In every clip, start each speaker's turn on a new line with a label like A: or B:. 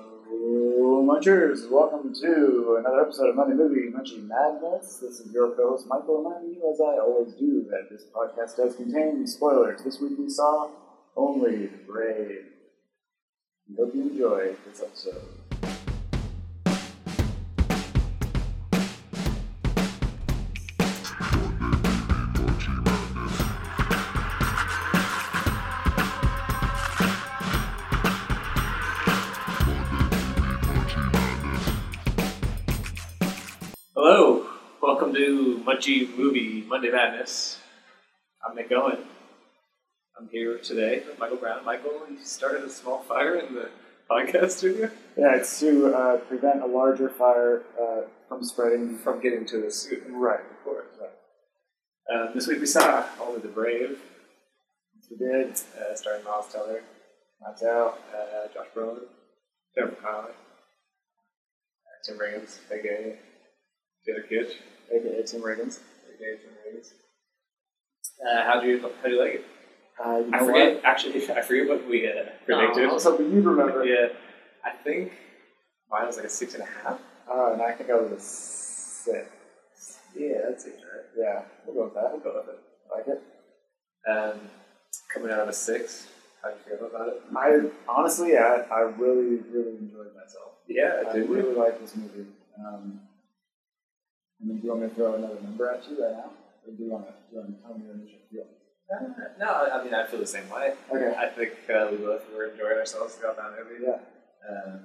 A: Hello, Munchers! Welcome to another episode of Monday Movie Munchie Madness. This is your co-host Michael, reminding you, as I always do, that this podcast does contain spoilers. This week we saw only the Brave. We Hope you enjoy this episode.
B: Hello, welcome to Munchie Movie Monday Madness. I'm Nick Owen. I'm here today with Michael Brown. Michael, you started a small fire in the podcast studio
A: Yeah, it's to uh, prevent a larger fire uh, from spreading.
B: from getting to the suit.
A: Right.
B: Of course. Um, this week we saw Only the Brave,
A: We did.
B: uh, starring Miles Teller,
A: That's out.
B: uh, Josh Brolin, Jennifer Connelly, uh, Tim Riggins, aka Taylor Kitsch,
A: AKA Tim Riggins.
B: aka Tim Riggins. Uh, how do you how do you like it?
A: Uh, you know
B: I forget. Actually, I forget what we uh,
A: What?
B: predicted.
A: Oh, I was hoping you'd remember.
B: yeah, I think mine was like a six and a half.
A: Oh, and I think I was a six.
B: Yeah, that's it, right?
A: Yeah, we'll go with that.
B: I'll go with it.
A: like it.
B: Um, coming out of a six, how do you feel about it?
A: I honestly, I, I really, really enjoyed myself.
B: Yeah,
A: I
B: I did.
A: really like this movie. Um, I mean, do you want me to throw another number at you right now, or do you want to, do you want to tell me your initial feel?
B: Uh, no, I I mean I feel the same way.
A: Okay.
B: I think uh, we both were enjoying ourselves throughout that movie.
A: Yeah,
B: Um,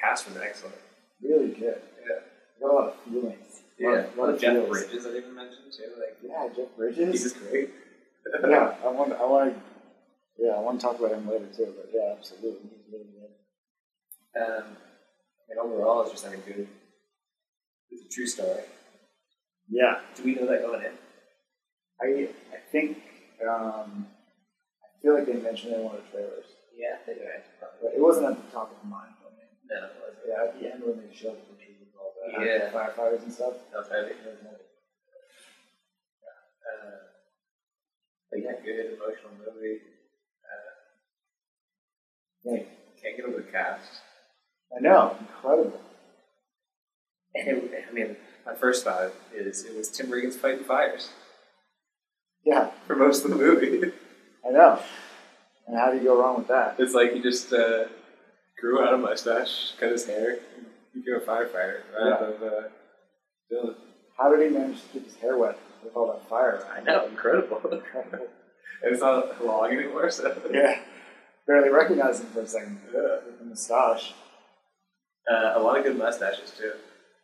B: cast was excellent.
A: really good.
B: Yeah,
A: Got a lot of feelings. A lot
B: yeah.
A: of-
B: One of Jeff
A: feels.
B: Bridges I didn't mention too. Like
A: Yeah, Jeff
B: he's
A: Bridges.
B: just great.
A: yeah, I want, I want, to, yeah, I want to talk about him later too. But yeah, absolutely, he's really good.
B: Um, and overall, it's just like a good, it's a true story.
A: Yeah,
B: Do we know that going in?
A: I, I think, um, I feel like they mentioned it in one of the trailers.
B: Yeah, I think I probably.
A: But it wasn't at the top of mind for me.
B: No, it wasn't.
A: Yeah, at the end when they showed the pictures of all the
B: Yeah.
A: firefighters and stuff.
B: That was heavy.
A: it was like,
B: Uh, but yeah, good emotional movie. Uh,
A: Like,
B: can't get over the cast.
A: I know, incredible.
B: And it, I mean, my first thought is it was Tim Riggins fighting fires
A: Yeah,
B: for most of the movie.
A: I know. And how do you go wrong with that?
B: it's like he just uh, grew out a mustache, cut his hair, and became a firefighter right
A: Yeah.
B: out of uh, Dylan.
A: How did he manage to keep his hair wet with all that fire?
B: I know, incredible. and
A: Incredible.
B: it's not long anymore, so.
A: yeah, barely recognized him for a second.
B: Yeah.
A: With the moustache.
B: Uh, a lot of good mustaches, too.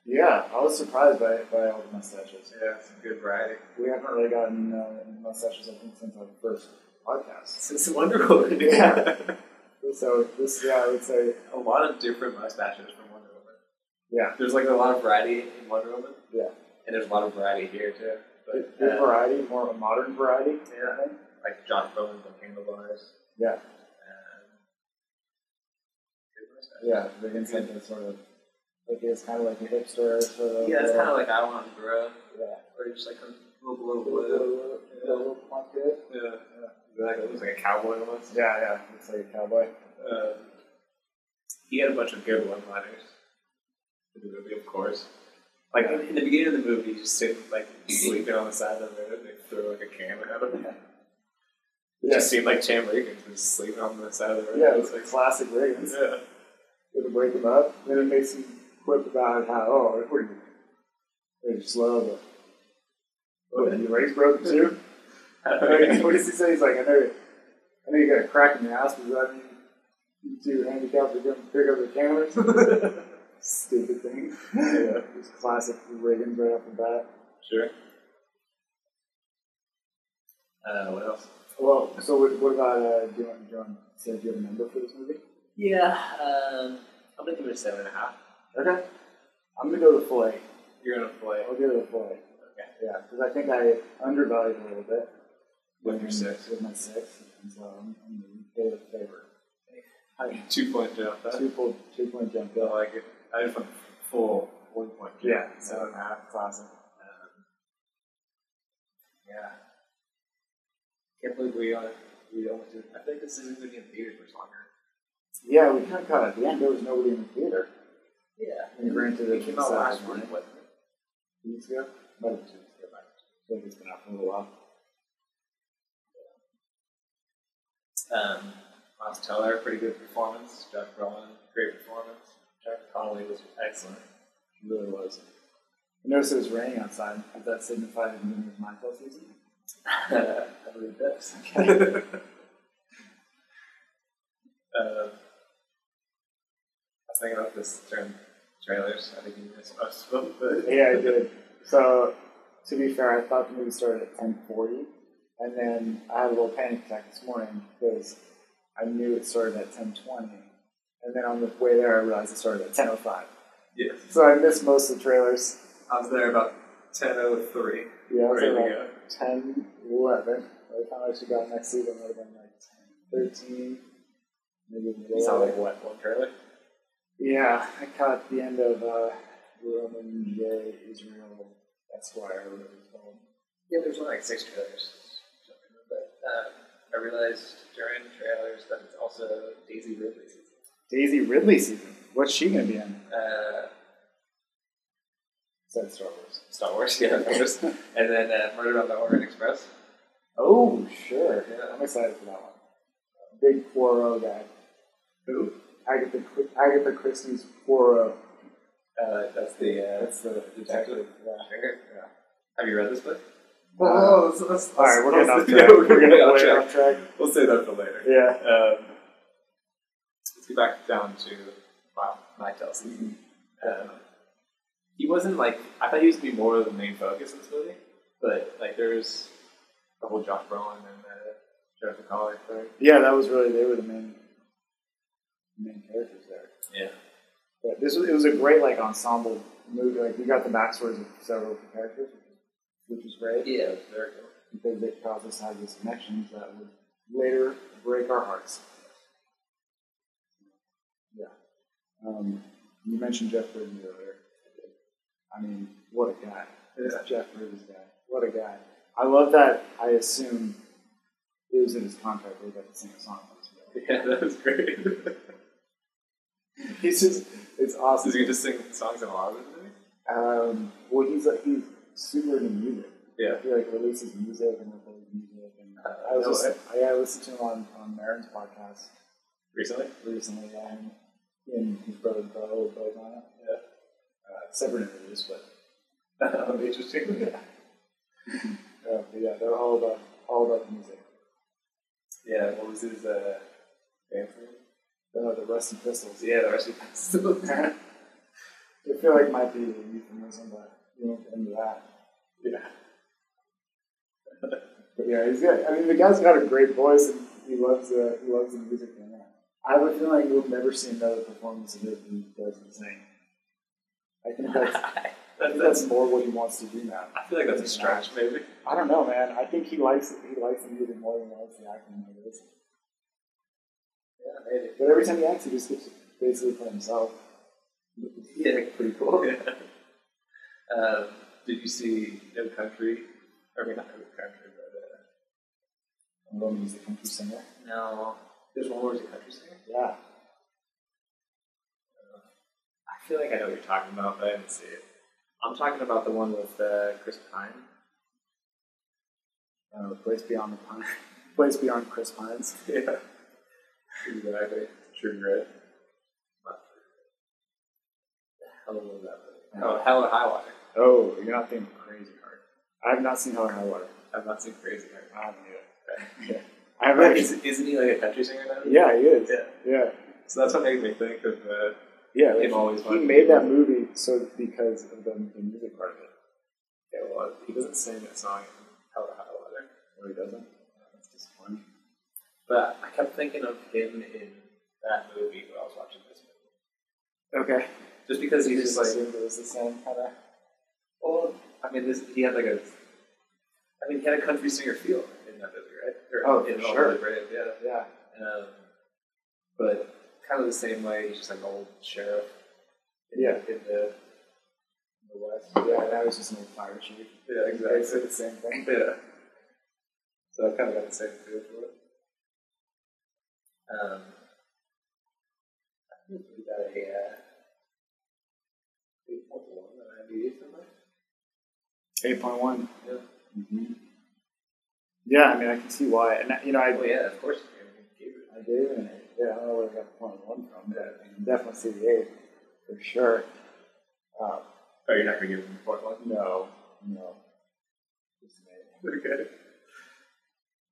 A: Yeah, I was surprised by, by all the mustaches.
B: Yeah, some good variety.
A: We haven't really gotten uh, any mustaches, I think, since our first podcast.
B: It's, it's wonderful.
A: Yeah. So this, yeah, I would say,
B: a lot of different mustaches from Wonder Woman.
A: yeah,
B: There's like a lot of variety in Wonder Woman,
A: yeah.
B: and there's a lot of variety here too.
A: Good,
B: But
A: good
B: uh,
A: variety, more of a modern variety.
B: yeah,
A: I think.
B: like Josh Brolin's on handlebars.
A: Yeah,
B: um, good mustache.
A: yeah. They can say that sort of like it's kind of like a hipster sort of.
B: Yeah, it's kind of like I want to grow,
A: yeah.
B: or just like a little blue,
A: Yeah.
B: Yeah, yeah. Like, it looks like a cowboy almost.
A: yeah, yeah. Looks like a cowboy.
B: Um, he had a bunch of good one-liners in the movie, of course. Like in, in the beginning of the movie, he's just sitting like sleeping on the side of the road, and they throw like a can at him. It
A: Yeah,
B: just seemed like Chan Reagan was sleeping on the side of the road.
A: yeah.
B: It
A: It's
B: was
A: like
B: like,
A: classic Reagan's.
B: yeah.
A: It'll break him up. Then it makes him quip about how oh what are you, are you slow? But, what, are you race broken too? what does he say? He's like, I know, I know you got a crack in your ass, but does that mean you two handicapped are going to pick up the cameras? Stupid thing.
B: Yeah.
A: Just classic Reagan's right off the bat.
B: Sure. Uh, what else?
A: Well, so what, what about, uh, do you want, do you want to say, do you have a number for this movie?
B: Yeah, um, I'm gonna give it a seven and a half.
A: Okay. I'm going to go to full eight.
B: You're gonna play
A: I'll give it a full eight.
B: okay.
A: Yeah, because I think I undervalued it a little bit.
B: With your six.
A: With my six. And so I'm, I'm going to pay the favor. I,
B: two point jump. Huh?
A: two, full, two point jump
B: I
A: up.
B: like it. I just went full one point. jump.
A: Yeah,
B: seven and a half.
A: Classic.
B: Um, yeah. Can't believe we uh, we almost did. I think this isn't gonna be in theaters much longer.
A: Yeah, we kind of caught it. Then there was nobody in the theater.
B: Yeah.
A: And granted,
B: It came out last
A: week.
B: week, wasn't it?
A: Two weeks ago? Might have been two weeks ago. might have been two weeks ago. I think it's been out for a little while.
B: Um, Miles Teller, pretty good performance. Josh Brolin, great performance. Jack Connolly was excellent.
A: It really was. I noticed it was raining outside. Did that signify the beginning of Michael season?
B: Um, I believe that's Uh, I was thinking about this during trailers. I think you missed most of them, but
A: yeah, I did. So, to be fair, I thought the movie started at 1040. And then I had a little panic attack this morning because I knew it started at 1020. And then on the way there, I realized it started at 1005.
B: yes,
A: So I missed most of the trailers.
B: I was there about ten oh three.
A: Yeah, I was
B: Ready to
A: about
B: go.
A: 10, 11. By the time I actually got my seat, I might have been like 10, 13. Maybe even
B: You saw
A: 11.
B: like what one trailer?
A: Yeah, I caught the end of uh, Roman J. Israel Esquire, or whatever it's called.
B: Yeah, there's only like six trailers. But um, I realized during the trailers that it's also Daisy Ridley's.
A: Daisy Ridley season. What's she going to be in?
B: Uh,
A: Said Star Wars.
B: Star Wars, yeah, of course. and then uh, Murder on the Orient Express.
A: Oh, sure.
B: Yeah.
A: I'm excited for that one. Big Poirot guy.
B: Who?
A: Agatha, Chri- Agatha Christie's Poirot.
B: Uh, that's the uh,
A: That's the detective. Yeah.
B: Yeah. Have you read this book?
A: Well,
B: let's,
A: All right, we're getting off track.
B: Yeah, we're getting
A: way
B: off track.
A: off track.
B: We'll save that for later.
A: Yeah.
B: Um, let's get back down to my, my Telson. Um, he wasn't like I thought he was gonna be more of the main focus in this movie, but like there's the whole Josh Brolin and uh, Jennifer Connelly thing.
A: Yeah, that was really they were the main main characters there.
B: Yeah.
A: But this was it was a great like ensemble movie. Like we got the backstories of several of the characters, which was great
B: Yeah, it was very cool.
A: because it caused us to have these connections that would later break our hearts. Yeah. Um, you mentioned Jeff Bridges earlier. I mean, what a guy! This
B: Yeah.
A: Jeff Bridges guy. What a guy! I love that. I assume it was in his contract. that He got to sing a song. for this movie.
B: Yeah, that was great. Does
A: He's just, it's awesome.
B: he just sing songs in a lot of the movie?
A: Um, well, he's like, he's super into music.
B: Yeah.
A: He like releases music and records music. And
B: Uh,
A: I was
B: no
A: just, I, I listened to him on, on Marin's podcast
B: Recently?
A: recently, yeah, and he and his brother Bo were both on it.
B: Yeah.
A: Uh, separate interviews, but
B: Um, interesting.
A: yeah. Uh, but yeah, they're all about, all about music.
B: Yeah, what was his uh, band name?
A: Uh, the Rusty Pistols.
B: Yeah, the rest of the
A: I feel like it might be a euphemism, but you won't get into that.
B: Yeah.
A: But yeah, he's got. I mean, the guy's got a great voice, and he loves the he loves the music and that. I have a feeling you'll never see another performance of his than he does the same. I think that's, I think that's more what he wants to do now.
B: I feel like that's a stretch, maybe.
A: I don't know, man. I think he likes he likes the music more than he likes the acting. Like this.
B: Yeah, maybe.
A: But every time he acts, he just gets to basically play himself.
B: Yeah,
A: pretty cool.
B: Yeah. Um, did you see No Country? I mean, not No Country, but
A: And Roman is the country singer.
B: uh, no. There's one where he's a country singer.
A: Yeah,
B: I feel like I know what you're talking about, but I didn't see it. I'm talking about the one with uh, Chris Pine.
A: uh, place beyond the pine, place beyond Chris Pines.
B: Yeah. Exactly. True Grit. Not True Grit. Hell was that movie? Oh, Hell or High Water.
A: Oh, you're not thinking of Crazy Heart. I have not seen Hell or High Water.
B: I've not seen Crazy Heart.
A: I haven't either.
B: Yeah.
A: I haven't.
B: Is, isn't he like a country singer now?
A: yeah, he is.
B: Yeah.
A: Yeah,
B: So that's what made me think of. Uh,
A: yeah.
B: Him
A: like,
B: always
A: he
B: wanted to
A: made
B: be
A: that
B: a-
A: movie so because of the, the music part of it.
B: yeah, well, he doesn't sing that song in Hell or High Water.
A: Or he doesn't.
B: That's disappointing. But I kept thinking of him in that movie when I was watching this movie.
A: Okay.
B: Just because he was like,
A: assumed it was the same kind of.
B: well, I mean, this, he had like a, I mean, he had a country singer feel in that movie, right? Or
A: Oh, for
B: in All
A: sure.
B: the Brave, yeah.
A: Yeah.
B: Um, but kind of the same way, he's just like an old sheriff. In,
A: Yeah.
B: In the, in the West.
A: Yeah, that was just an old fire chief.
B: Yeah,
A: They
B: exactly.
A: said the same thing.
B: Yeah. So I kind of got the same feel for it. Um, We got a, uh, eight point one on IMDb somewhere.
A: 8.1.
B: Yeah.
A: Mm-hmm. Yeah, I mean, I can see why. And, you know, I,
B: Oh yeah, of course. Gabriel.
A: I do, and yeah, I don't know where I got point one from, but I can definitely see the eight for sure. Um,
B: Oh, you're not gonna give him point one.
A: no, no, It's an eight.
B: Okay.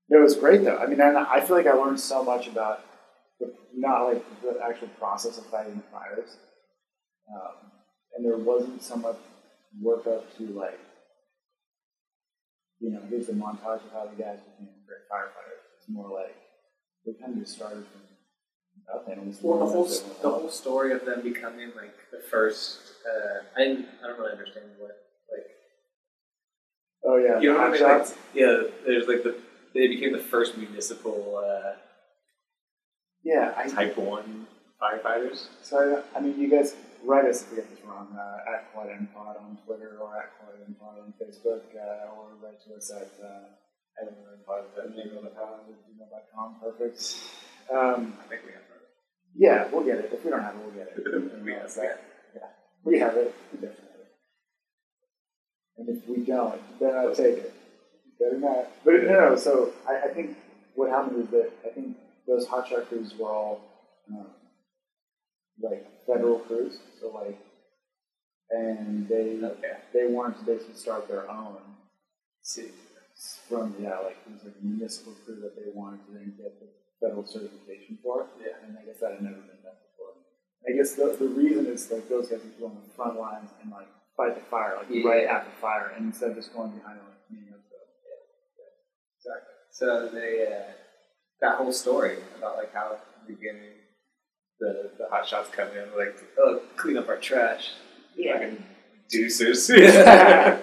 A: No, it was great though. I mean, I, I feel like I learned so much about the, not like the actual process of fighting the fires, um, and there wasn't so much work up to like, you know, here's the montage of how the guys became great firefighters. It's more like they kind of just started from nothing. It was
B: Well, the
A: more
B: whole
A: like they
B: the
A: went,
B: whole story of them becoming like the first. Uh, I didn't, I don't really understand what like.
A: Oh yeah,
B: You know what
A: hot
B: I mean? Like,
A: shots.
B: yeah, there's like the they became the first municipal uh,
A: yeah, I
B: type one firefighters.
A: So, I mean, you guys write us if you get this wrong uh, at Quad End Pod on Twitter or at Quad End Pod on Facebook uh, or write to us at uh, at gmail.com. Perfect. Um,
B: I think we have
A: yeah, we'll get it. If we don't have it, we'll get
B: that.
A: it.
B: we have
A: Yeah,
B: that.
A: we have it. We definitely have it. And if we don't, you better not take it. You better not. But no, no, so I, I think what happened is that I think those hotshot crews were all um, like federal crews, so like, and they
B: Okay.
A: they wanted to basically start their own
B: See.
A: from yeah, like it was like a municipal crew that they wanted to then get the federal certification for.
B: Yeah.
A: And I guess that had never been done before. I guess the, the reason is like those guys would go on the front lines and like fight the fire, like
B: Yeah.
A: right after fire, and instead of just going behind and like cleaning up the
B: Exactly. So they uh, that whole story about like how at the beginning the the hot shots come in like oh clean up our trash. Fucking deuces. and uh,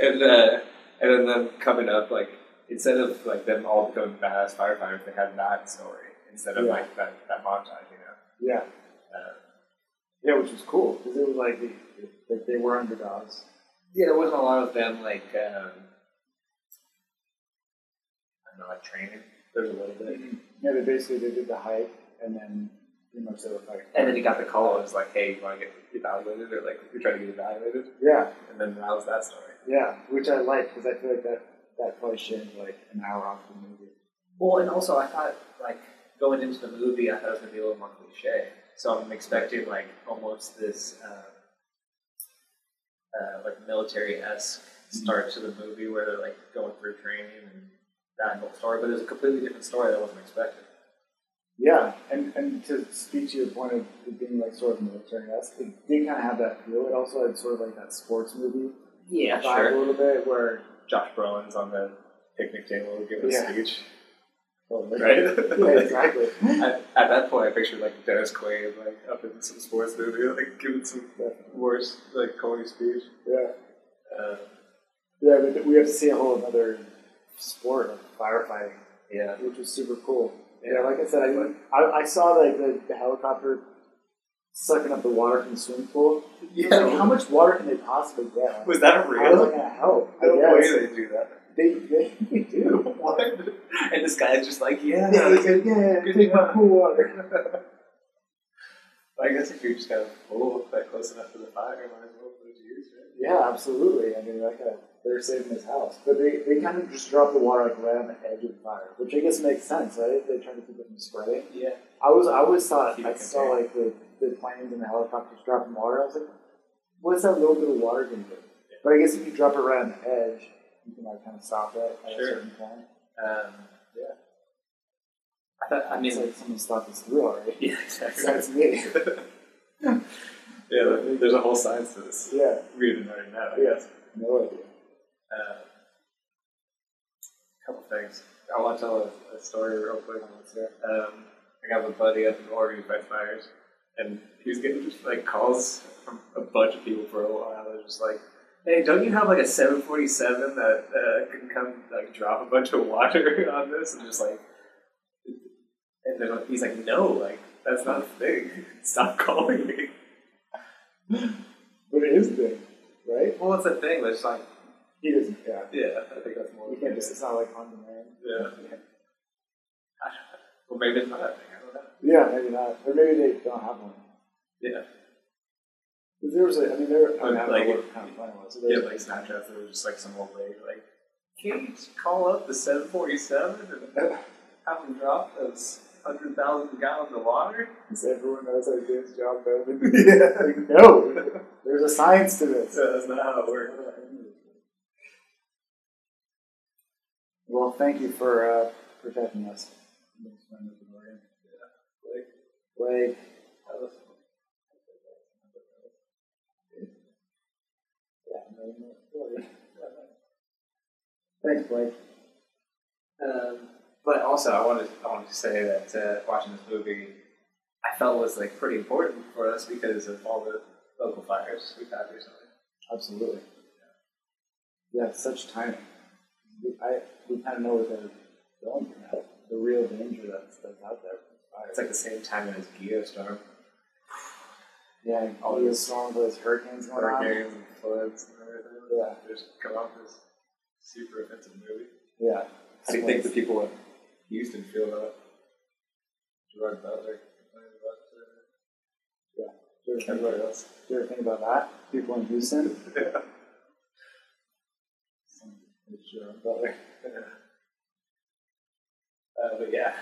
B: and then them coming up like instead of like them all becoming badass firefighters, they had that story instead of
A: Yeah.
B: like that, that montage, you know.
A: Yeah.
B: Uh,
A: Yeah, which was cool because it was like the, like they were underdogs.
B: yeah, there wasn't a lot of them like um, I don't know, like training. There's a little bit.
A: Yeah, they basically they did the hike and then pretty much they were fighting.
B: And then he got the call. It was like, "Hey, you want to get evaluated?" Or like, "You're trying to get evaluated."
A: yeah,
B: And then that was that story.
A: yeah, which I like because I feel like that that probably shaved like an hour off the movie.
B: Well, and also I thought like going into the movie, I thought it was gonna be a little more cliche. So I'm expecting like almost this um, uh, like military esque start to the movie where they're like going through training and that whole story. But it was a completely different story that I wasn't expecting.
A: Yeah, and, and to speak to your point of it being like sort of military esque, it did kind of have that feel. It also had sort of like that sports movie
B: Yeah,
A: vibe a little bit, where
B: Josh Brolin's on the picnic table giving
A: Yeah.
B: a speech,
A: yeah,
B: right?
A: exactly.
B: At, at that point, I pictured like Dennis Quaid like up in some sports movie, like giving some worse like calling speech.
A: Yeah,
B: Uh,
A: yeah, but we have to see a whole other sport of firefighting.
B: yeah,
A: which was super cool.
B: Yeah.
A: Yeah, like I said, I, I, I saw like the, the helicopter sucking up the water from the swimming pool. I was like, how much water can they possibly get?
B: Was that
A: How is it
B: real?
A: gonna help? I
B: No
A: guess.
B: way they do that.
A: They, they, they do.
B: What? And this guy's just like, yeah.
A: Yeah, they said, yeah, take my pool water.
B: I guess if you just got a pool like close enough to the fire, might as well put it to use, right?
A: Yeah, absolutely. I mean, like uh they're saving his house, but they, they kind of just drop the water like right on the edge of the fire, which I guess makes sense, right? They try to keep it from spreading.
B: Yeah.
A: I was I always thought
B: Keep
A: I
B: it
A: saw like the, the planes and the helicopters dropping water. I was like, what's that little bit of water gonna do? But I guess if you drop it right on the edge, you can like kind of stop it at a
B: Sure.
A: certain point.
B: Um,
A: Yeah.
B: I, thought, I
A: It's
B: mean,
A: like someone's thought this through already.
B: yeah, exactly.
A: Besides me.
B: yeah, there- there's a whole science to this.
A: yeah,
B: We didn't already know, I
A: Yeah.
B: guess.
A: no idea.
B: Uh, couple things. I want to tell a, a story real quick. Um, I got a buddy up in Oregon by fires, and he was getting just like calls from a bunch of people for a while. They're just like, "Hey, don't you have like a 747 that uh, can come like drop a bunch of water on this?" And just like, and then he's like, "No, like that's not a thing. Stop calling me."
A: But it is big, right?
B: Well, it's a thing, but it's like,
A: He doesn't. Yeah,
B: yeah, I think that's more.
A: you can't just. It's not like on demand.
B: Yeah. Well, maybe it's not that thing. I don't know.
A: Yeah, maybe not. Or maybe they don't have one.
B: Yeah.
A: If there was a, I mean, there, I, mean, I don't
B: Like,
A: know what kind of plan it was.
B: Yeah, like Snapchat, there was just like some old lady like, can you just call up the 747 and have them drop those 100,000 gallons of water?
A: Does everyone knows how to do his job better than me? Yeah. Like, no, there's a science to this.
B: So that's not how it works.
A: Well, thank you for uh, protecting us. Blake, Blake,
B: That was-
A: yeah, no, no, Blake. Thanks, Blake.
B: Um, but also, I wanted I wanted to say that uh, watching this movie, I felt was like pretty important for us because of all the local fires we've had recently.
A: Absolutely. Yeah, such timing. We, I, we kind of know what they're going through now. The real danger that's, that's out there.
B: It's like the same time as Geostorm,
A: Yeah, all these storms, those hurricanes going on.
B: hurricanes and floods and everything.
A: Yeah.
B: They just come out with this super offensive movie.
A: Yeah.
B: How do you think the people in Houston feel about Gerard Butler? complaining about it?
A: Do you ever think about-
B: Everybody else.
A: do you ever think about that? People in Houston? It's your brother.
B: uh, but yeah,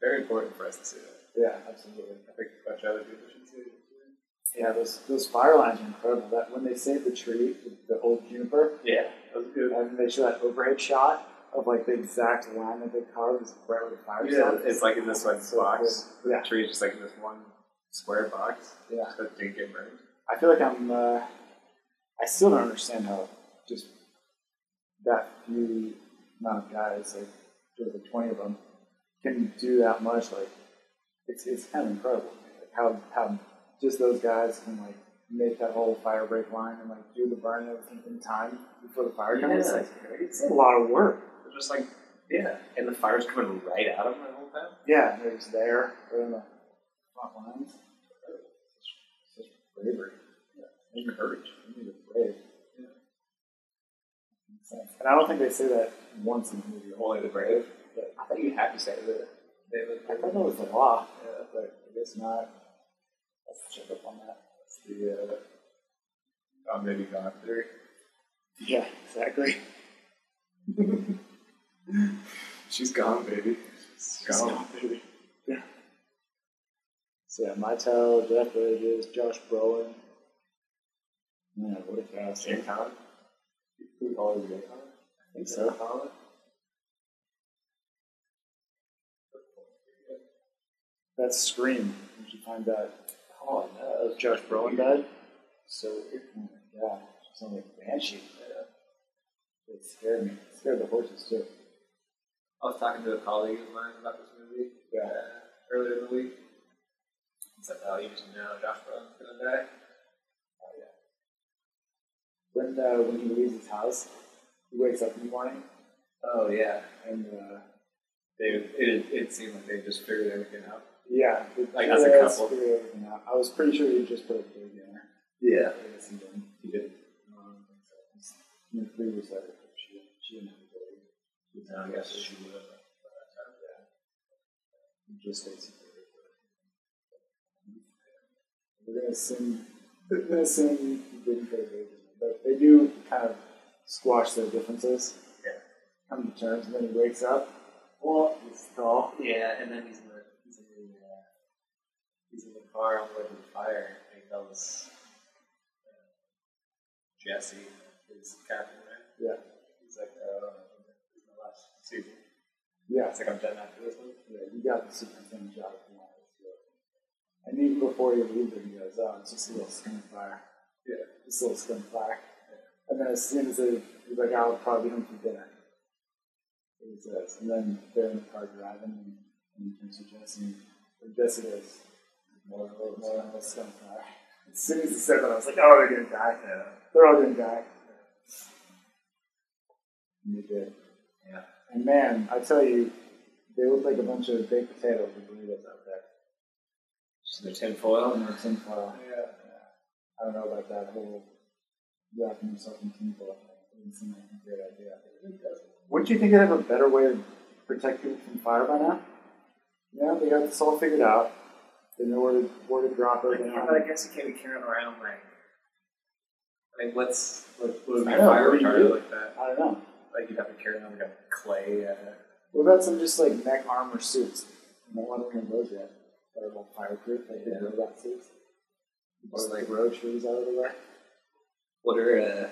B: very important for us to see that.
A: Yeah, absolutely.
B: I think a bunch of other people should see it.
A: Yeah, those those fire lines are incredible. That when they saved the tree, the, the old juniper,
B: Yeah, that was good.
A: and they show that overhead shot of like the exact line that they carved is right where the fire
B: Yeah,
A: started.
B: it's like in this like
A: So
B: box.
A: cool. Yeah.
B: The tree is just like in this one square box.
A: Yeah.
B: That didn't get burned.
A: I feel like I'm. Uh, I still don't understand how just that few amount of guys, like there's like twenty of them, can do that much. Like it's it's kind of incredible like, how how just those guys can like make that whole fire break line and like do the burn and everything in time before the fire comes. Like, it's
B: crazy.
A: a lot of work.
B: They're just like yeah, and the fire's coming right at them the whole time.
A: Yeah, and they're just there. They're in the front lines. Such, such bravery.
B: And courage.
A: They need a brave. Sense. And I don't think they say that once in the movie.
B: Only the brave. I thought you had to say that. They would.
A: I thought that was the law,
B: Yeah.
A: but I guess not. Let's check up on that.
B: That's the uh, uh, maybe God theory.
A: Yeah, exactly.
B: She's gone, baby.
A: Just not, baby. Yeah. So yeah, Mitel, Jeff Bridges, Josh Brolin. Man, what a cast!
B: Shane Conn. Who always Shane Conn? I
A: think so.
B: Conn.
A: That's Scream. You should find that.
B: Oh,
A: Uh, Josh Brolin died. So weird. Oh my god, she's on like banshee. It scared me. It scared the horses too.
B: I was talking to a colleague of mine about this movie
A: Yeah.
B: uh, earlier in the week. He said, "Oh, you just know Josh Brolin's gonna die."
A: When uh, when he leaves his house, he wakes up in the morning
B: Oh yeah,
A: and uh,
B: they it it seemed like they just figured everything out.
A: yeah,
B: Like, as a
A: yeah, it's
B: couple.
A: pretty open now. I was pretty sure he just put a pig in there.
B: Yeah,
A: I guess he didn't.
B: he did.
A: Um, so it's- I mean, three weeks later, she she didn't have a baby. She was
B: No, I
A: having
B: guess
A: a
B: she would. uh,
A: baby. Yeah. He just basically. We're gonna assume. We're gonna assume he didn't put a baby in there, but they do kind of squash their differences.
B: Yeah.
A: Come to terms, and then he wakes up. Well, he's tall.
B: Yeah, and then he's in the he's in the uh, he's in the car on the way to the fire, and he tells uh, Jesse, his captain, right?
A: Yeah.
B: He's like, "Oh, this is my last season."
A: Yeah.
B: It's like I'm done after this one.
A: Yeah, you got the superintendent job if you want it. So. And even before you leave it, he goes, oh, it's just a little skin fire.
B: Yeah.
A: Just a little skin fire. And then as soon as they, he's like, I'll probably be home for dinner. And he says, and then they're in the car driving, and, and he turns to Jesse, and and Jesse goes, more or more than a skin fire. As soon as he said that, I was like, oh, they're going to die.
B: Yeah.
A: They're all going to die. And they did.
B: Yeah.
A: And man, I tell you, they look like a bunch of baked potatoes with burritos out there.
B: Just the tinfoil.
A: And they're tinfoil.
B: Yeah.
A: I don't know about that whole wrapping yourself in tinfoil thing. It didn't seem like a great idea. Wouldn't you think they'd have a better way to protect people from fire by now? Yeah, they got this all figured out. They know where to, where to drop it. and
B: yeah,
A: how
B: but
A: to-
B: I guess you can't be carrying around like like what's what what would be
A: I
B: a
A: know, what
B: fire
A: do you
B: retardant
A: do?
B: like that?
A: I don't know.
B: Like you'd have to carry around like a clay. Uh,
A: What about some just like mech armor suits? I'm not wondering those yet. That are more fireproof, like
B: Yeah.
A: the robot suits.
B: Or,
A: Just
B: like-
A: like road trees out of the way.
B: what are uh,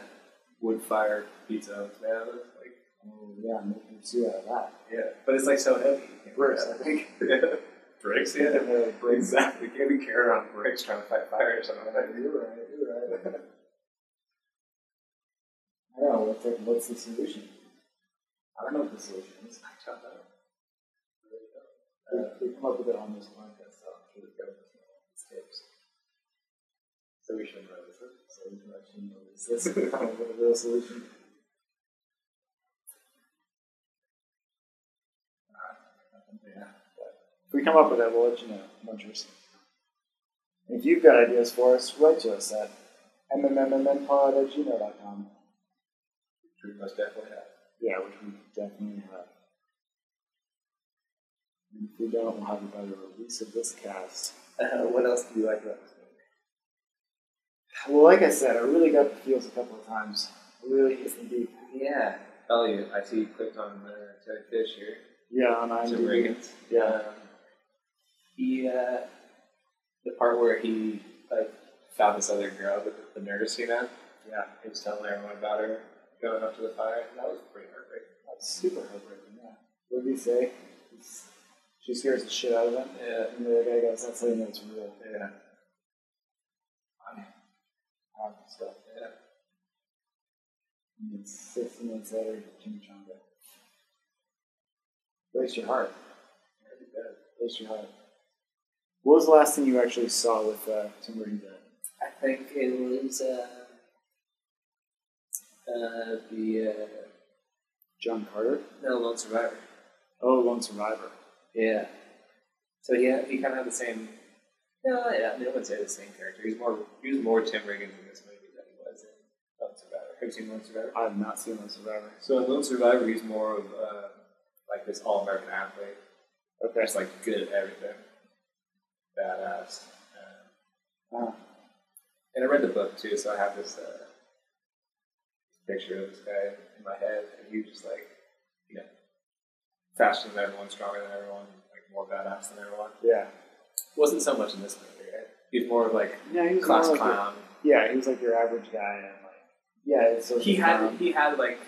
B: wood fire pizza ovens made out of? Like
A: Oh, yeah, making two out of that.
B: yeah, but it's like so heavy. you can't
A: Bricks,
B: do
A: I think.
B: that. bricks,
A: Yeah,
B: yeah.
A: they're like bricks.
B: Exactly. You can't be carrying around bricks trying to fight fire or something.
A: You're right, you're right. I don't know, what's, like, what's the solution? I don't know what the solution is.
B: I don't know.
A: They, they come up with it on this podcast, so I'm sure the government's gonna want these tips.
B: So we shouldn't know this.
A: So we can actually know this. That's kind of the real solution. Yeah. but If we come up with it, we'll let you know, munchers. If you've got ideas for us, write to us at mmmmpod at gmail.com.
B: We most definitely have.
A: Yeah, which we definitely have. And if we don't, we'll have a better release of this cast.
B: Uh, what else do you like about this movie?
A: Well, like I said, I really got the feels a couple of times. It really hit me deep.
B: Yeah. Elliot, I see you clicked on uh, Ted Fisher.
A: Yeah, on
B: Tim
A: IMDb.
B: Riggins.
A: Yeah.
B: Um, he, uh, the part where he, like, found this other girl, the, the nurse, you know?
A: Yeah.
B: He was telling everyone about her going up to the fire. That was pretty heartbreaking.
A: That's super heartbreaking, yeah. What did he say? He's, she scares the shit out of him.
B: Yeah.
A: And the other guy goes, that's how you know it's real.
B: Yeah.
A: Hard stuff.
B: Yeah.
A: And it's 60 minutes later, Jimmy Chonga. Brace your heart.
B: Pretty good.
A: Brace your heart. What was the last thing you actually saw with uh, Tim Riggins?
B: I think it was, uh, uh, the, uh,
A: John Carter?
B: No Lone Survivor.
A: Oh, Lone Survivor.
B: Yeah. So he had, he kind of had the same. No, yeah, I mean, I wouldn't say the same character. He's more he was more Tim Riggins in this movie than he was in Lone Survivor. Have you seen Lone Survivor?
A: I have not seen Lone Survivor.
B: So in Lone Survivor, he's more of uh, like this all American athlete.
A: Okay.
B: That's like good at everything, badass. Um,
A: Uh,
B: and I read the book too, so I have this uh, picture of this guy in my head, and he was just like, you know, faster than everyone, stronger than everyone, like more badass than everyone.
A: yeah.
B: wasn't so much in this movie, right? He's more of like
A: Yeah, he was
B: class
A: more like a-
B: clown.
A: yeah, he was like your average guy, and like, yeah, it's sort of
B: He had
A: um,
B: he had like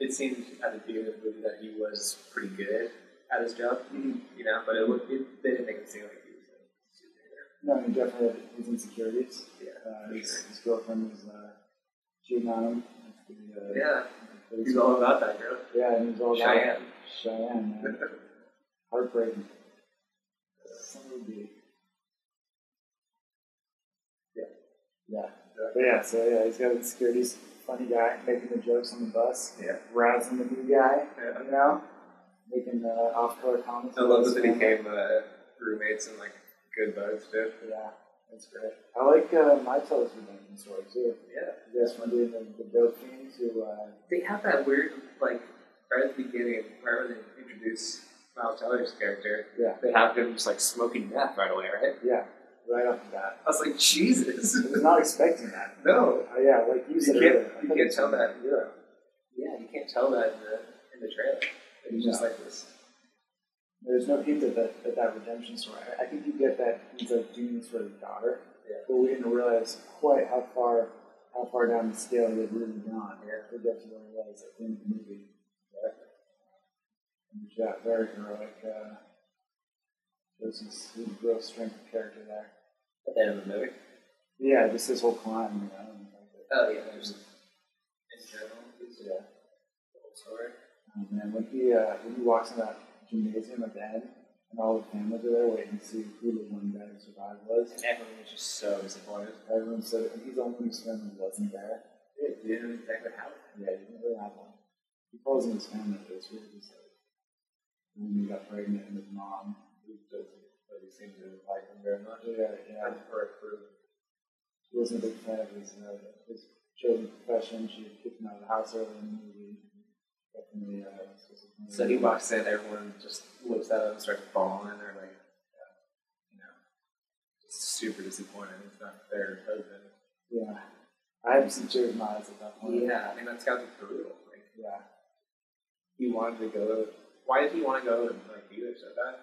B: it seemed at the beginning of the movie that he was pretty good at his job, you know. But it, looked- it they didn't make it seem like he was like super.
A: No, he definitely had his insecurities.
B: Yeah,
A: Uh,
B: for
A: his,
B: sure.
A: his girlfriend was uh, cheating on him. The, uh,
B: Yeah,
A: the police-
B: he's all about that girl.
A: yeah, and he was all about
B: Cheyenne.
A: Cheyenne, man. Heartbreaking. So deep.
B: Yeah.
A: Yeah. But yeah, so yeah, he's got insecurities. Funny guy, making the jokes on the bus,
B: Yeah.
A: rousing the new guy,
B: Yeah.
A: you know, making uh, off-color comments.
B: I love that
A: about
B: they
A: his family.
B: became uh, roommates and like good buds too.
A: Yeah, that's great. I like uh, my Tales Redemption story too.
B: Yeah,
A: You guys from doing the, the dope fiend to uh,
B: they have that weird like right at the beginning, right when they introduce Miles Teller's character,
A: yeah,
B: they have him just like smoking meth right away, right?
A: yeah, right off the bat.
B: I was like, Jesus.
A: I was not expecting that.
B: no.
A: Oh yeah, like you
B: You
A: said
B: can't,
A: earlier. I
B: you
A: thought
B: can't
A: it
B: tell
A: was-
B: that in Europe. Yeah, you can't tell that in the, in the trailer. It's just like this.
A: There's no hint of that of that redemption story. I- I think you get that he's like doing this for his daughter,
B: Yeah.
A: but we didn't realize quite how far how far down the scale he had really gone.
B: Yeah.
A: We get to where he was at the end of the movie. And he's got very heroic. Uh, there's his, his real strength of character there.
B: At the end of the movie?
A: Yeah, just this whole climb, you know. and like the-
B: Oh, yeah. There's, in general, it's a
A: Yeah.
B: whole story.
A: Oh, man, when he uh, when he walks in that gymnasium at the end, and all the families are there waiting to see who the one guy who survived was.
B: And everyone was just so disappointed.
A: Everyone said and he's the only one whose family wasn't there.
B: They didn't know exactly how.
A: Yeah, he didn't really have one. He calls in his family, but it's really just like when he got pregnant and his mom.
B: It doesn't really seem to like him very much.
A: Yeah, yeah.
B: Or approve.
A: She wasn't a big fan of his uh, his chosen profession. She had kicked him out of the house early in the movie. Definitely, uh, was disappointed.
B: So he walks in, everyone just looks at him, starts bawling, and they're like, super disappointed. It's not their husband.
A: Yeah. I have some tears in my eyes at that point.
B: Yeah, I mean that's got to be brutal. Like
A: Yeah.
B: he wanted to go. Why did he want to go and like be there so bad?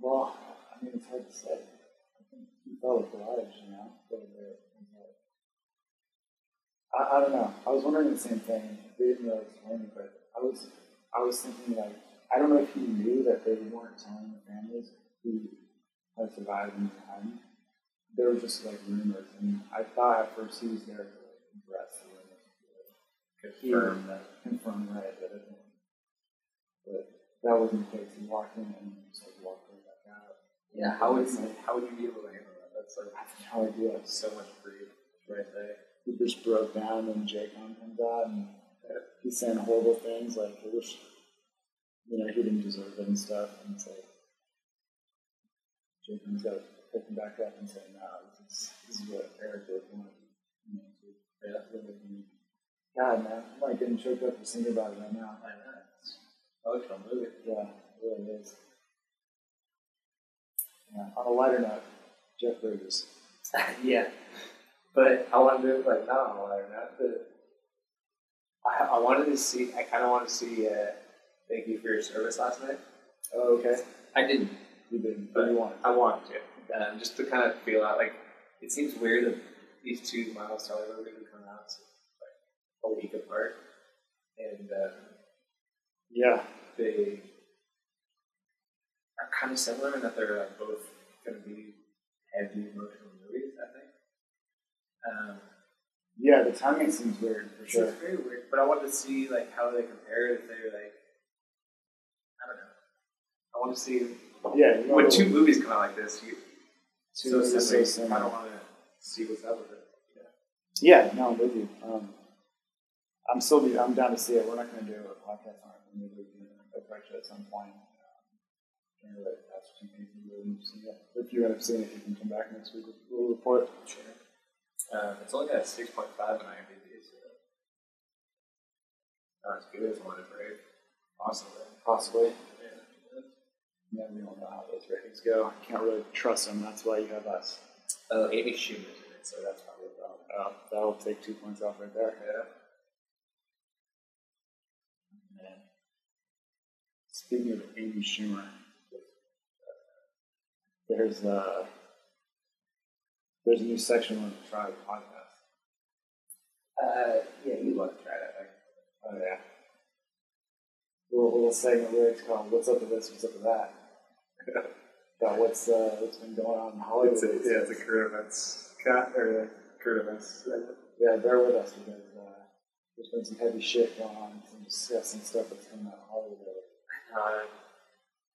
A: Well, I mean, it's hard to say. I think he felt obliged, you know, a little bit. And, like, I, I don't know. I was wondering the same thing. I didn't realize it was raining, but I was, I was thinking, like, I don't know if he knew that they weren't telling the families who had survived in the time. There were just, like, rumors. And I thought at first he was there to like, address the rumors.
B: Confirm
A: that. Confirm right, that it But that wasn't the case. He walked in and just, like, walked right back out.
B: Yeah, how would how would you be able to handle that? That's like
A: I have no idea.
B: so much grief right there.
A: He just broke down and Jacon comes out and he's saying horrible things like I wish you know he didn't deserve it and stuff and it's like Jacon's gotta pick him back up and say, No, this is this is what Eric would want you know, to yeah. live with me. God man, I'm like getting choked up just thinking about it right now.
B: I know. It's an emotional movie.
A: Yeah, it really is. Yeah. On a lighter note, Jeff Bridges.
B: yeah. But I wanted to like not on water, not but I, I wanted to see I kinda wanted to see uh, Thank You for Your Service last night.
A: Oh, okay.
B: I didn't.
A: You didn't but you want
B: I wanted to. Um, just to kind of feel out like it seems weird that these two Miles Teller movies would come out like a week apart. And um,
A: Yeah.
B: they are kind of similar in that they're like both going to be heavy emotional movies. I think. Um,
A: Yeah, the timing seems weird for
B: it's
A: sure.
B: very weird, but I wanted to see like how they compare. If they're like, I don't know. I want to see
A: Yeah, you
B: when
A: know,
B: two movies come out like this. You,
A: two
B: so
A: movies so
B: similar,
A: similar.
B: I don't want to see what's up with it. Yeah.
A: Yeah, no, I'm with you. Um, I'm still be, I'm down to see it. We're not going to do a podcast on it. but Maybe we can approach it at some point. Um, and really ask two people who really have seen it. If you end up seeing it, you can come back next week. with- We'll report. Sure.
B: Um, it's only got a six point five on IMDb, so not as good as one of Brave. Awesome. though.
A: Possibly.
B: Yeah.
A: Yeah, we don't know how those ratings go. I can't really trust them. That's why you have us.
B: Oh, Amy Schumer's in it, so that's probably a problem.
A: Uh, that'll take two points off right there.
B: Yeah.
A: Man. Speaking of Amy Schumer, there's a there's a new section on the Tribe podcast.
B: Uh, yeah, you want to try that thing.
A: Oh yeah, little little segment where it's called "What's up with this? What's up with that?" About what's uh, what's been going on in Hollywood.
B: It's a, yeah, it's a current events cut or a current events. segment.
A: yeah, bear with us because uh, there's been some heavy shit going on, some disgusting stuff that's coming out of Hollywood.
B: Um,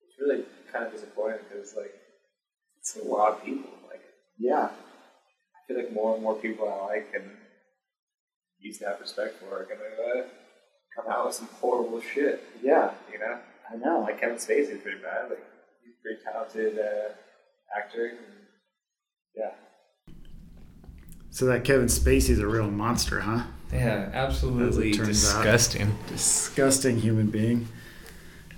B: it's really kind of disappointing because like it's a lot of people. Like
A: Yeah,
B: I feel like more and more people I like and used to have respect for are gonna uh, come out with some horrible shit.
A: yeah,
B: You know,
A: I know.
B: like Kevin Spacey's pretty bad. Like he's a pretty talented uh, actor. And,
A: yeah.
C: So that Kevin Spacey's a real monster, huh?
D: Yeah, absolutely
C: As it turns out.
D: disgusting.
C: Disgusting human being.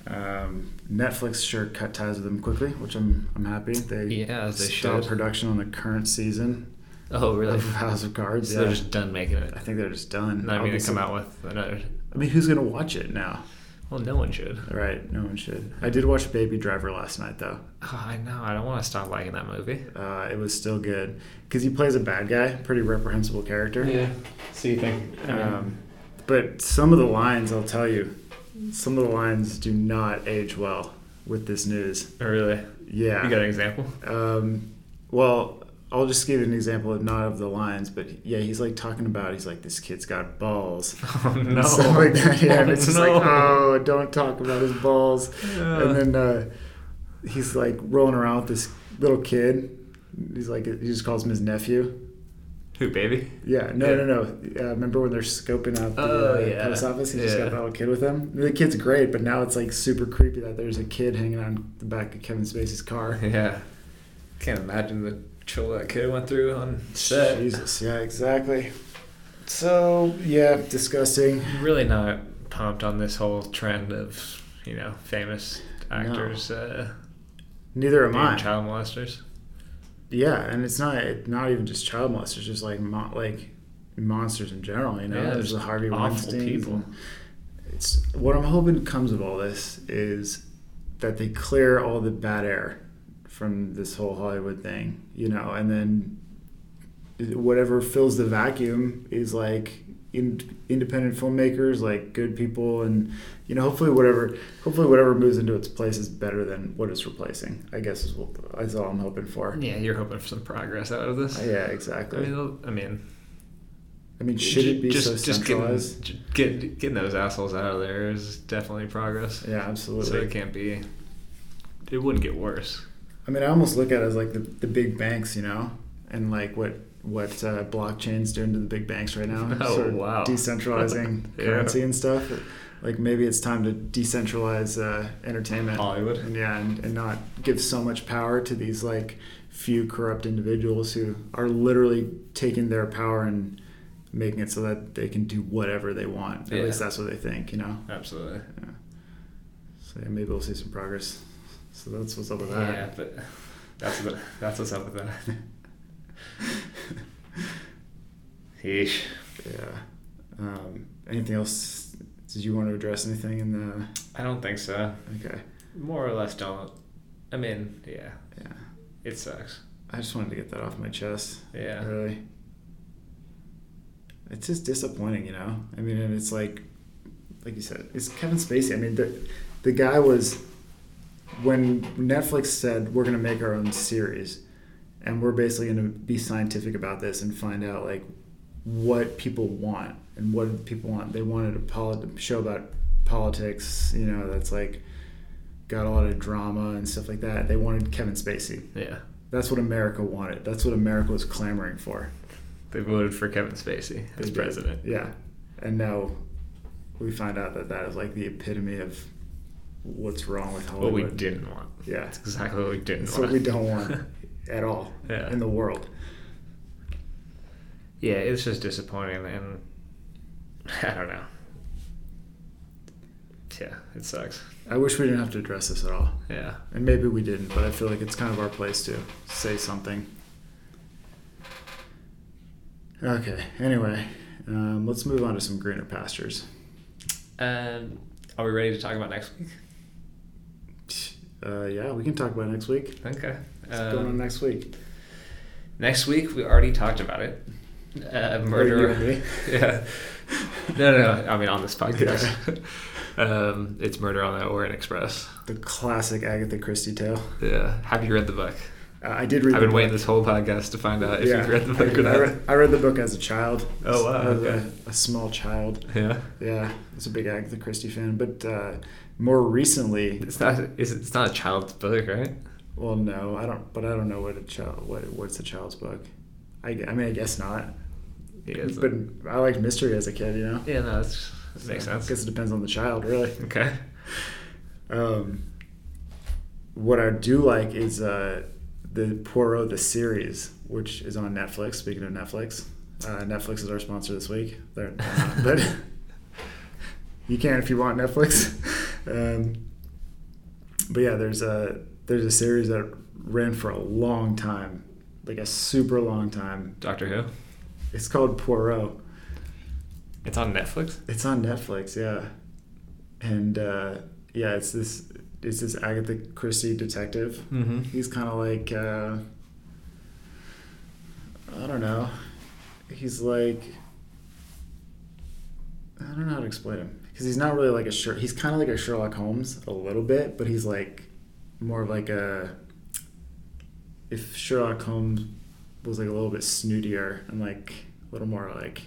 C: Um, Netflix sure cut ties with him quickly, which I'm I'm happy. They
D: Yeah, as they
C: stopped
D: should.
C: production on the current season
D: Oh, really?
C: of House of Cards.
D: So
C: yeah.
D: they're just done making it.
C: I think they're just done.
D: Not
C: I'll
D: going
C: be
D: to come
C: sur-
D: out with another.
C: I mean, who's gonna watch it now?
D: Well, no one should.
C: All right, no one should. I did watch Baby Driver last night though.
D: Oh, I know. I don't want to stop liking that movie.
C: Uh, it was still good because he plays a bad guy, pretty reprehensible character.
D: So you think?
C: Um, but some of the lines, I'll tell you, some of the lines do not age well with this news.
D: oh, really?
C: Yeah.
D: You got an example?
C: Um, well, I'll just give you an example of not of the lines, but yeah, he's like talking about he's like this kid's got balls.
D: Oh
C: And
D: no!
C: stuff like that. Yeah, and it's just
D: no.
C: like oh, don't talk about his balls.
D: Yeah.
C: And then uh, he's like rolling around with this little kid. He's like he just calls him his nephew.
D: Who, baby?
C: Yeah, no,
D: Yeah.
C: no, no. Uh, remember when they're scoping out the
D: Oh,
C: uh,
D: yeah.
C: post office? He just
D: Yeah.
C: got that little kid with him. The kid's great, but now it's like super creepy that there's a kid hanging on the back of Kevin Spacey's car.
D: Yeah. Can't imagine the chill that kid went through on set.
C: Jesus, yeah, exactly. So yeah, disgusting.
D: Really not pumped on this whole trend of you know famous actors uh,
C: Neither am
D: being
C: I.
D: child molesters.
A: yeah, and it's not it- not even just child molesters, just like mo- like monsters in general. You know,
D: Yeah,
A: there's
D: just
A: the Harvey
D: awful
A: Weinstein.
D: people.
A: It's what I'm hoping comes of all this is that they clear all the bad air from this whole Hollywood thing. You know, and then whatever fills the vacuum is like in, independent filmmakers, like good people, and you know, hopefully whatever, hopefully whatever moves into its place is better than what it's replacing. I guess is, what, is all I'm hoping for.
D: Yeah, you're hoping for some progress out of this.
A: Oh, Yeah,
D: I
A: exactly.
D: mean, it'll- I mean,
A: I mean, should it be
D: just
A: so
D: just getting,
A: centralized?
D: j- get, getting those assholes out of there is definitely progress.
A: yeah,
D: So
A: absolutely.
D: it can't be. It wouldn't get worse.
A: I mean, I almost look at it as like the, the big banks, you know, and like what what uh, blockchain's doing to the big banks right now,
D: Oh,
A: sort of
D: wow.
A: decentralizing
D: Yeah.
A: currency and stuff. Like maybe it's time to decentralize uh, entertainment,
D: Hollywood.
A: and yeah, and, and not give so much power to these like few corrupt individuals who are literally taking their power and making it so that they can do whatever they want. At
D: Yeah.
A: least that's what they think, you know.
D: Absolutely.
A: So yeah, maybe we'll see some progress. So that's what's up with that.
D: Yeah, but that's what, that's what's up with that. Yeesh.
A: Yeah. Um, anything else? Did you want to address anything in the?
D: I don't think so.
A: Okay.
D: More or less, don't. I mean, yeah,
A: Yeah.
D: it sucks.
A: I just wanted to get that off my chest.
D: Yeah.
A: Really. It's just disappointing, you know. I mean, and it's like, like you said, it's Kevin Spacey. I mean, the the guy was when Netflix said we're gonna make our own series, and we're basically gonna be scientific about this and find out like what people want and what do people want. They wanted a polit- show about politics, you know, that's like got a lot of drama and stuff like that. They wanted Kevin Spacey.
D: Yeah.
A: That's what America wanted. That's what America was clamoring for.
D: They voted for Kevin Spacey
A: They
D: as
A: did.
D: president.
A: Yeah. And now we find out that that is like the epitome of what's wrong with
D: What
A: Hollywood.
D: we didn't want.
A: Yeah.
D: That's exactly what we didn't
A: It's
D: want.
A: what we don't want at all
D: Yeah.
A: in the world.
D: yeah, it's just disappointing, and I don't know. Yeah, it sucks.
A: I wish we didn't have to address this at all.
D: Yeah.
A: And maybe we didn't, but I feel like it's kind of our place to say something. Okay. Anyway, um, let's move on to some greener pastures.
D: Um, are we ready to talk about next week?
A: Uh, yeah, we can talk about it next week.
D: Okay.
A: What's going on
D: Um,
A: next week?
D: next week, we already talked about it. Uh, murder.
A: you and me?
D: yeah. No, no, no. I mean, on this podcast. um, it's Murder on the Orient Express.
A: The classic Agatha Christie tale.
D: Yeah. Have you read the book?
A: Uh, I did read.
D: I've
A: the
D: been waiting
A: book.
D: this whole podcast to find out if
A: yeah,
D: you've read the
A: I
D: book
A: did.
D: or
A: I
D: not.
A: read, I read the book as a child.
D: Oh, wow,
A: As a-
D: okay.
A: a, small child.
D: Yeah.
A: Yeah, I was a big Agatha Christie fan, but uh, more recently,
D: It's not. It's, it's not a child's book, right?
A: well, no, I don't. But I don't know what a child. What what's a child's book? I, gu- I mean, I guess not.
D: It is.
A: but I liked mystery as a kid. You know.
D: yeah, no, that's, that makes
A: I guess
D: sense.
A: it depends on the child, really.
D: Okay.
A: Um, what I do like is uh, the Poirot the series, which is on Netflix. Speaking of Netflix, uh, Netflix is our sponsor this week. They're, they're not, but you can if you want Netflix. Um, but yeah, there's a there's a series that ran for a long time, like a super long time.
D: Doctor Who.
A: It's called Poirot.
D: It's on Netflix.
A: It's on Netflix, yeah. And uh, yeah, it's this it's this Agatha Christie detective.
D: Mm-hmm.
A: He's kind of like uh, I don't know. He's like I don't know how to explain him because he's not really like a Sher- he's kind of like a Sherlock Holmes a little bit, but he's like more of like a if Sherlock Holmes was like a little bit snootier and like a little more like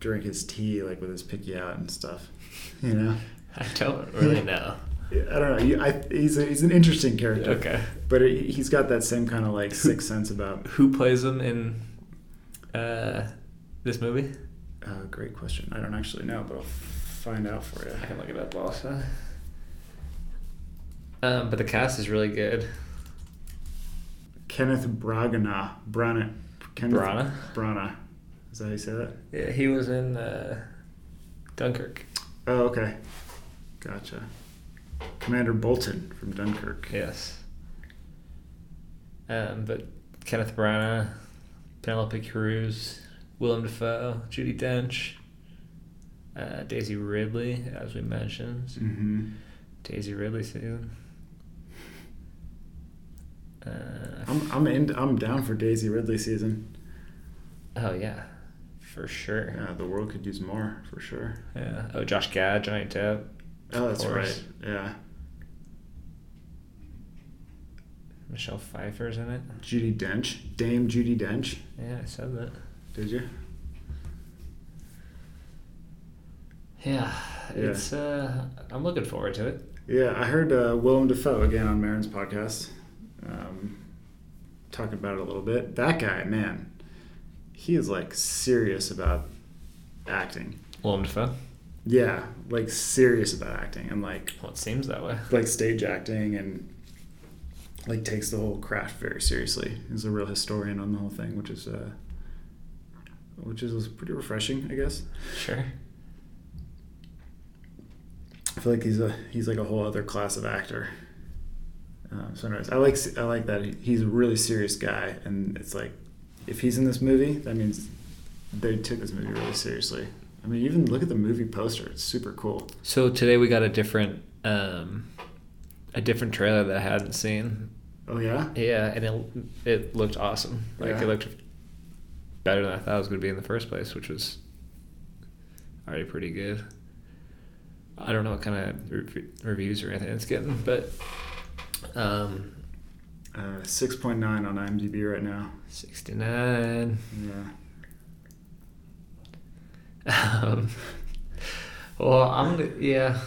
A: drink his tea like with his picky out and stuff, you know.
D: I don't really know.
A: I don't know. You- I, he's a, he's an interesting character.
D: Okay.
A: But it, he's got that same kind of like sixth sense about.
D: Who plays him in uh, this movie?
A: Uh, great question. I don't actually know, but I'll find out for you.
D: I can look it up also. Um, but the cast is really good.
A: Kenneth Bragana. Brana. Kenneth
D: Branagh?
A: Brana. Is that how you say that?
D: Yeah, he was in uh, Dunkirk.
A: Oh, okay. Gotcha. Commander Bolton from Dunkirk.
D: Yes. Um, but Kenneth Branagh, Penelope Cruz, Willem Dafoe, Judy Dench, uh, Daisy Ridley, as we mentioned.
A: Mm.
C: Mm-hmm.
D: Daisy Ridley soon. Uh,
C: I'm I'm in, I'm down for Daisy Ridley season.
D: oh yeah, for sure.
C: Yeah, the world could use more for sure.
D: Yeah. Oh, Josh Gad, Johnny Depp.
C: Oh, that's
D: Of
C: right.
D: course.
C: Yeah,
D: Michelle Pfeiffer's in it.
C: Judy Dench, Dame Judy Dench.
D: Yeah, I said that.
C: Did you?
D: Yeah,
C: Yeah.
D: it's. Uh, I'm looking forward to it.
C: Yeah, I heard uh, Willem Dafoe again on Marin's podcast, um, talking about it a little bit. That guy, man, he is like serious about acting.
D: Willem Dafoe.
C: Yeah, like serious about acting and like
D: Well, it seems that way.
C: like stage acting and like takes the whole craft very seriously. He's a real historian on the whole thing, which is uh, which is pretty refreshing, I guess.
D: Sure.
C: I feel like he's a he's like a whole other class of actor. Um, so, anyways, I like I like that he- he's a really serious guy, and it's like if he's in this movie, that means they took this movie really seriously. I mean, even look at the movie poster; it's super cool.
D: So today we got a different, um, a different trailer that I hadn't seen.
C: Oh yeah,
D: Yeah, and it it looked awesome. Like
C: Yeah.
D: it looked better than I thought it was going to be in the first place, which was already pretty good. I don't know what kind of re- reviews or anything it's getting, but um,
C: uh, six point nine on IMDb right now.
D: sixty nine.
C: Yeah.
D: Um, well, I'm gonna yeah.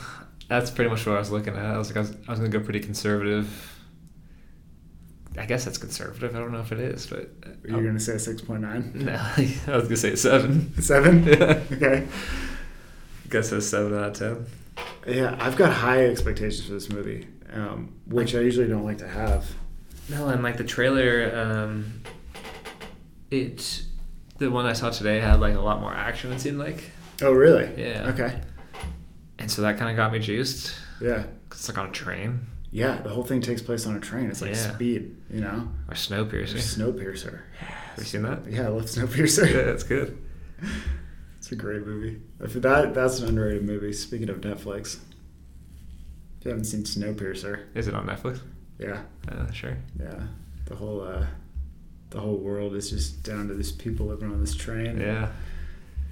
D: That's pretty much what I was looking at. I was like, I was, I was gonna go pretty conservative. I guess that's conservative. I don't know if it is, but uh,
C: Are
D: Oh.
C: you gonna say six point nine?
D: No, I was gonna say seven.
C: Seven?
D: Yeah.
C: okay.
D: Guess a seven out of ten.
C: Yeah, I've got high expectations for this movie, um, which I usually don't like to have.
D: No, and like the trailer, um, it the one I saw today had like a lot more action. It seemed like,
C: Oh, really?
D: Yeah.
C: Okay.
D: and so that kind of got me juiced.
C: Yeah.
D: 'Cause It's like on a train
C: Yeah, the whole thing takes place on a train. It's like
D: Yeah.
C: speed, you know?
D: or Snowpiercer.
C: Snowpiercer.
D: Have you seen that?
C: Yeah, I love
D: Yeah,
C: Snowpiercer.
D: that's good.
C: it's a great movie. If that that's an underrated movie. Speaking of Netflix, if you haven't seen Snowpiercer,
D: Is it on Netflix?
C: yeah,
D: Uh, sure.
C: yeah, the whole uh, the whole world is just down to these people living on this train.
D: Yeah.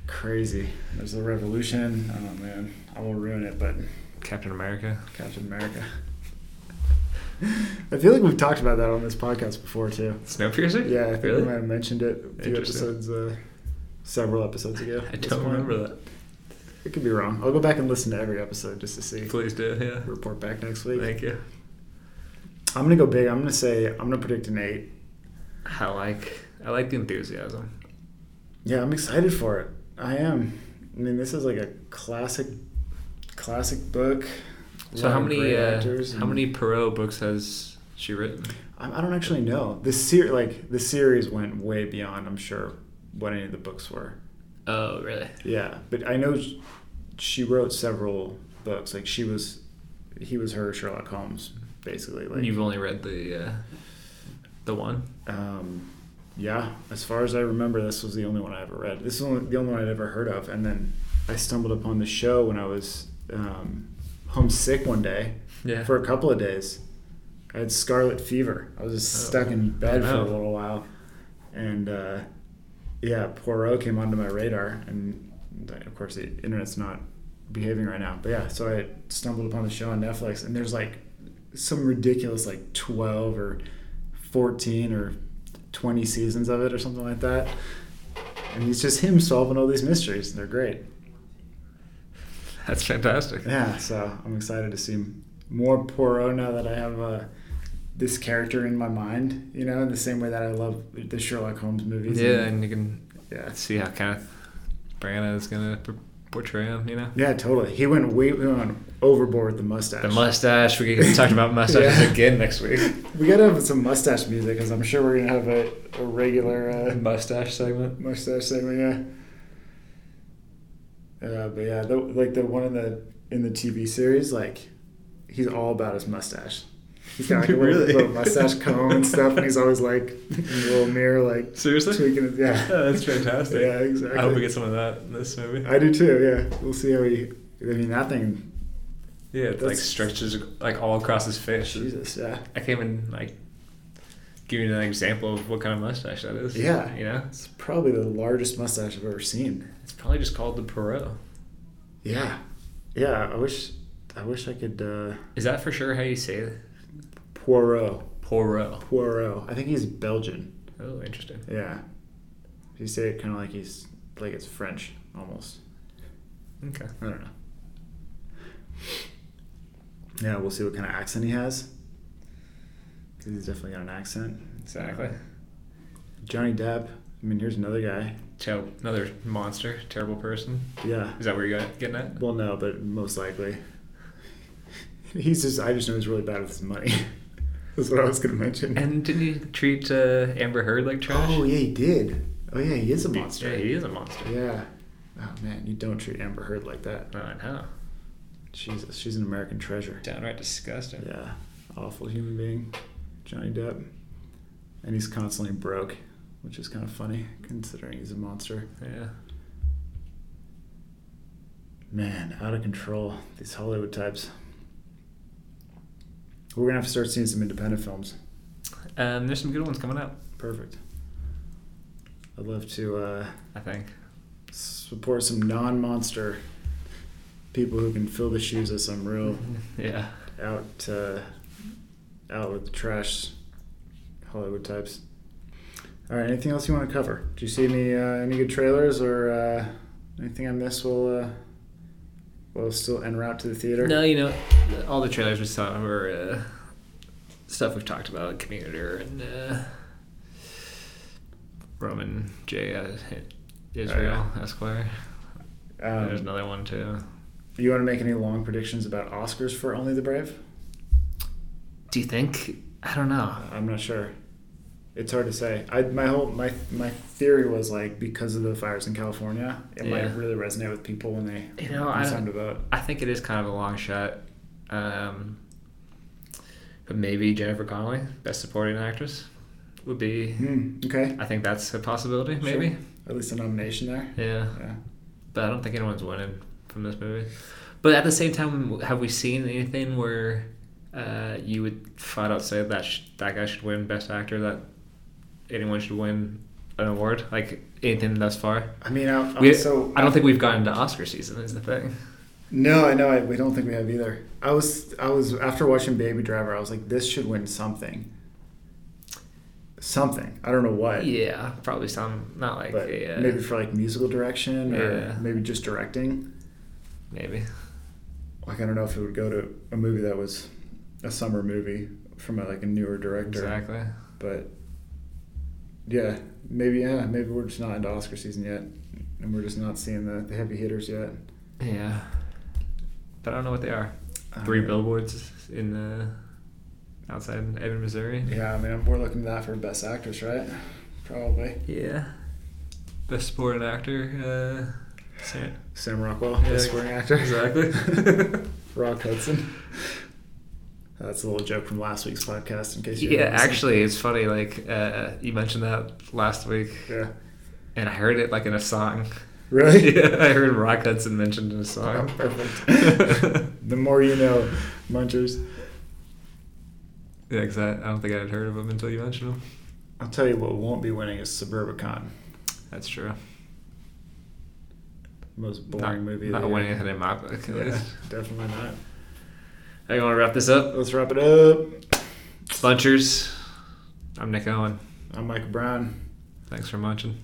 C: crazy. There's a revolution. Oh man, I won't ruin it, but
D: Captain America.
C: Captain America. I feel like we've talked about that on this podcast before too.
D: Snowpiercer?
C: Yeah, I think
D: really?
C: we might have mentioned it a few
D: Interesting.
C: episodes, uh, several episodes ago.
D: I
C: at this
D: don't
C: point.
D: remember that.
C: It could be wrong. I'll go back and listen to every episode just to see.
D: Please do, yeah.
C: Report back next week.
D: Thank you.
C: I'm gonna go big. I'm gonna say I'm gonna predict an eight.
D: I like I like the enthusiasm.
C: Yeah, I'm excited for it. I am. I mean, this is like a classic, classic book. A
D: So
C: lot
D: how
C: of
D: many
C: great
D: uh,
C: actors
D: how
C: and-
D: many Perot books has she written?
C: I, I don't actually know. The ser- like the series went way beyond. I'm sure what any of the books were.
D: Oh, really?
C: Yeah, but I know sh- she wrote several books. Like she was, he was her Sherlock Holmes, basically. Like,
D: You've only read the uh, the one.
C: um, yeah, as far as I remember, this was the only one I ever read. This is only, the only one I'd ever heard of. And then I stumbled upon the show when I was um, homesick one day
D: Yeah.
C: for a couple of days. I had scarlet fever. I was just
D: Oh.
C: stuck in bed
D: Oh,
C: for a
D: no.
C: little while, and uh, yeah, Poirot came onto my radar, and of course the internet's not behaving right now. But yeah, so I stumbled upon the show on Netflix, and there's like some ridiculous like twelve or fourteen or twenty seasons of it or something like that, and it's just him solving all these mysteries, and they're great.
D: That's fantastic.
C: Yeah, so I'm excited to see more Poirot now that I have uh, this character in my mind. You know, in the same way that I love the Sherlock Holmes movies.
D: Yeah, and you can
C: yeah,
D: see how Kenneth Branagh is gonna p- portray him. You know.
C: yeah, totally. He went way he went overboard with the mustache.
D: The mustache. We can talk about mustaches
C: Yeah.
D: again next week.
C: We gotta have some mustache music because I'm sure we're gonna have a, a regular uh,
D: mustache segment.
C: mustache segment. Yeah. Uh, but yeah, the, like the one in the in the TV series, like he's all about his mustache. He's got like a little,
D: Really?
C: little mustache comb and stuff, and he's always like in the little mirror, like
D: Seriously?
C: tweaking his- yeah.
D: Oh, that's fantastic.
C: Yeah, exactly.
D: I hope we get some of that in this movie.
C: I do too. Yeah, we'll see how he. I mean, that thing.
D: Yeah, it like
C: That's-
D: stretches like all across his face.
C: Jesus, yeah.
D: I can't even like give you an example of what kind of mustache that is.
C: Yeah.
D: you know,
C: It's probably the largest mustache I've ever seen.
D: it's probably just called the Perot.
C: Yeah, yeah. I wish, I wish I could. Uh,
D: Is that for sure how you say it?
C: Poirot,
D: Poirot.
C: Poirot. I think he's Belgian.
D: Oh, interesting.
C: Yeah, you say it kind of like he's like it's French almost.
D: Okay.
C: I don't know. Yeah, we'll see what kind of accent he has. 'Cause He's definitely got an accent.
D: Exactly.
C: Uh, Johnny Depp. I mean, here's another guy.
D: Ter- another monster, terrible person.
C: Yeah.
D: Is that where you're getting at?
C: Well, no, but most likely. He's just, I just know he's really bad with his money. That's what I was going to mention.
D: And didn't he treat uh, Amber Heard like trash?
C: Oh, yeah, he did. Oh, yeah, he is a monster.
D: Yeah, he is a monster.
C: Yeah. Oh, man, you don't treat Amber Heard like that.
D: I know.
C: Jesus, she's an American treasure.
D: Downright disgusting.
C: Yeah, awful human being, Johnny Depp, and he's constantly broke, which is kind of funny considering he's a monster.
D: Yeah.
C: Man, out of control these Hollywood types. We're gonna have to start seeing some independent films.
D: Um, there's some good ones coming up,
C: Perfect. I'd love to uh,
D: I think.
C: support some non-monster people who can fill the shoes of some real
D: Yeah.
C: out uh, out with the trash Hollywood types. All right, anything else you want to cover? Do you see any uh, any good trailers or uh, anything I missed? Will uh, will still en route to the theater.
D: No, you know, all the trailers we saw were uh, stuff we've talked about, like Commuter and uh, Roman J. uh, Israel
C: Oh,
D: Esquire. There's
C: Um,
D: another one too.
C: you want to make any long predictions about Oscars for Only the Brave?
D: Do you think? I don't know.
C: I'm not sure. It's hard to say. I my whole my my theory was like because of the fires in California, it might
D: Yeah.
C: really resonate with people when they
D: You know, I
C: concerned
D: don't-
C: about.
D: I think it is kind of a long shot. Um, but maybe Jennifer Connelly, Best Supporting Actress, would be.
C: Hmm, okay,
D: I think that's a possibility, maybe.
C: at least a nomination there.
D: Yeah.
C: Yeah.
D: But I don't think anyone's winning from this movie. But at the same time, have we seen anything where uh, you would flat out say that sh- that guy should win Best Actor, that anyone should win an award? Like anything thus far?
C: I mean, I, I,
D: We,
C: Um, so
D: I don't think we've gotten to Oscar season, is the thing.
C: No, I know. I, we don't think we have either. I was, I was after watching Baby Driver, I was like, this should win something. Something. I don't know what.
D: Yeah, probably some, not like
C: But
D: a. Uh,
C: maybe for like musical direction or
D: Yeah.
C: maybe just directing.
D: Maybe.
C: Like I don't know if it would go to a movie that was a summer movie from a, like a newer director.
D: Exactly.
C: But yeah, maybe yeah, maybe we're just not into Oscar season yet, and we're just not seeing the, the heavy hitters yet.
D: Yeah. But I don't know what they are.
C: I don't
D: Three
C: know.
D: billboards in uh, outside Evan, Missouri.
C: Yeah, I mean we're looking at that for best actress, right? Probably.
D: Yeah. Best supporting actor. Uh, Sam.
C: Sam Rockwell,
D: Yeah,
C: best supporting actor.
D: Exactly.
C: Rock Hudson. That's a little joke from last week's podcast, in case you.
D: yeah,
C: haven't listened.
D: actually, it's funny. Like uh, you mentioned that last week,
C: Yeah.
D: and I heard it like in a song.
C: Really?
D: yeah, I heard Rock Hudson mentioned in a
C: Oh,
D: song.
C: perfect. the more you know, Munchers.
D: yeah, because I, I don't think I had heard of him until you mentioned him.
C: I'll tell you what won't be winning is Suburbicon.
D: That's true.
C: Most boring
D: not,
C: movie. of
D: Not
C: the year.
D: winning it in my book. At
C: Yeah,
D: least.
C: definitely not.
D: Hey, you want to wrap this up,
C: Let's wrap it up.
D: Munchers? I'm Nick Owen.
C: I'm Mike Brown.
D: Thanks for munching.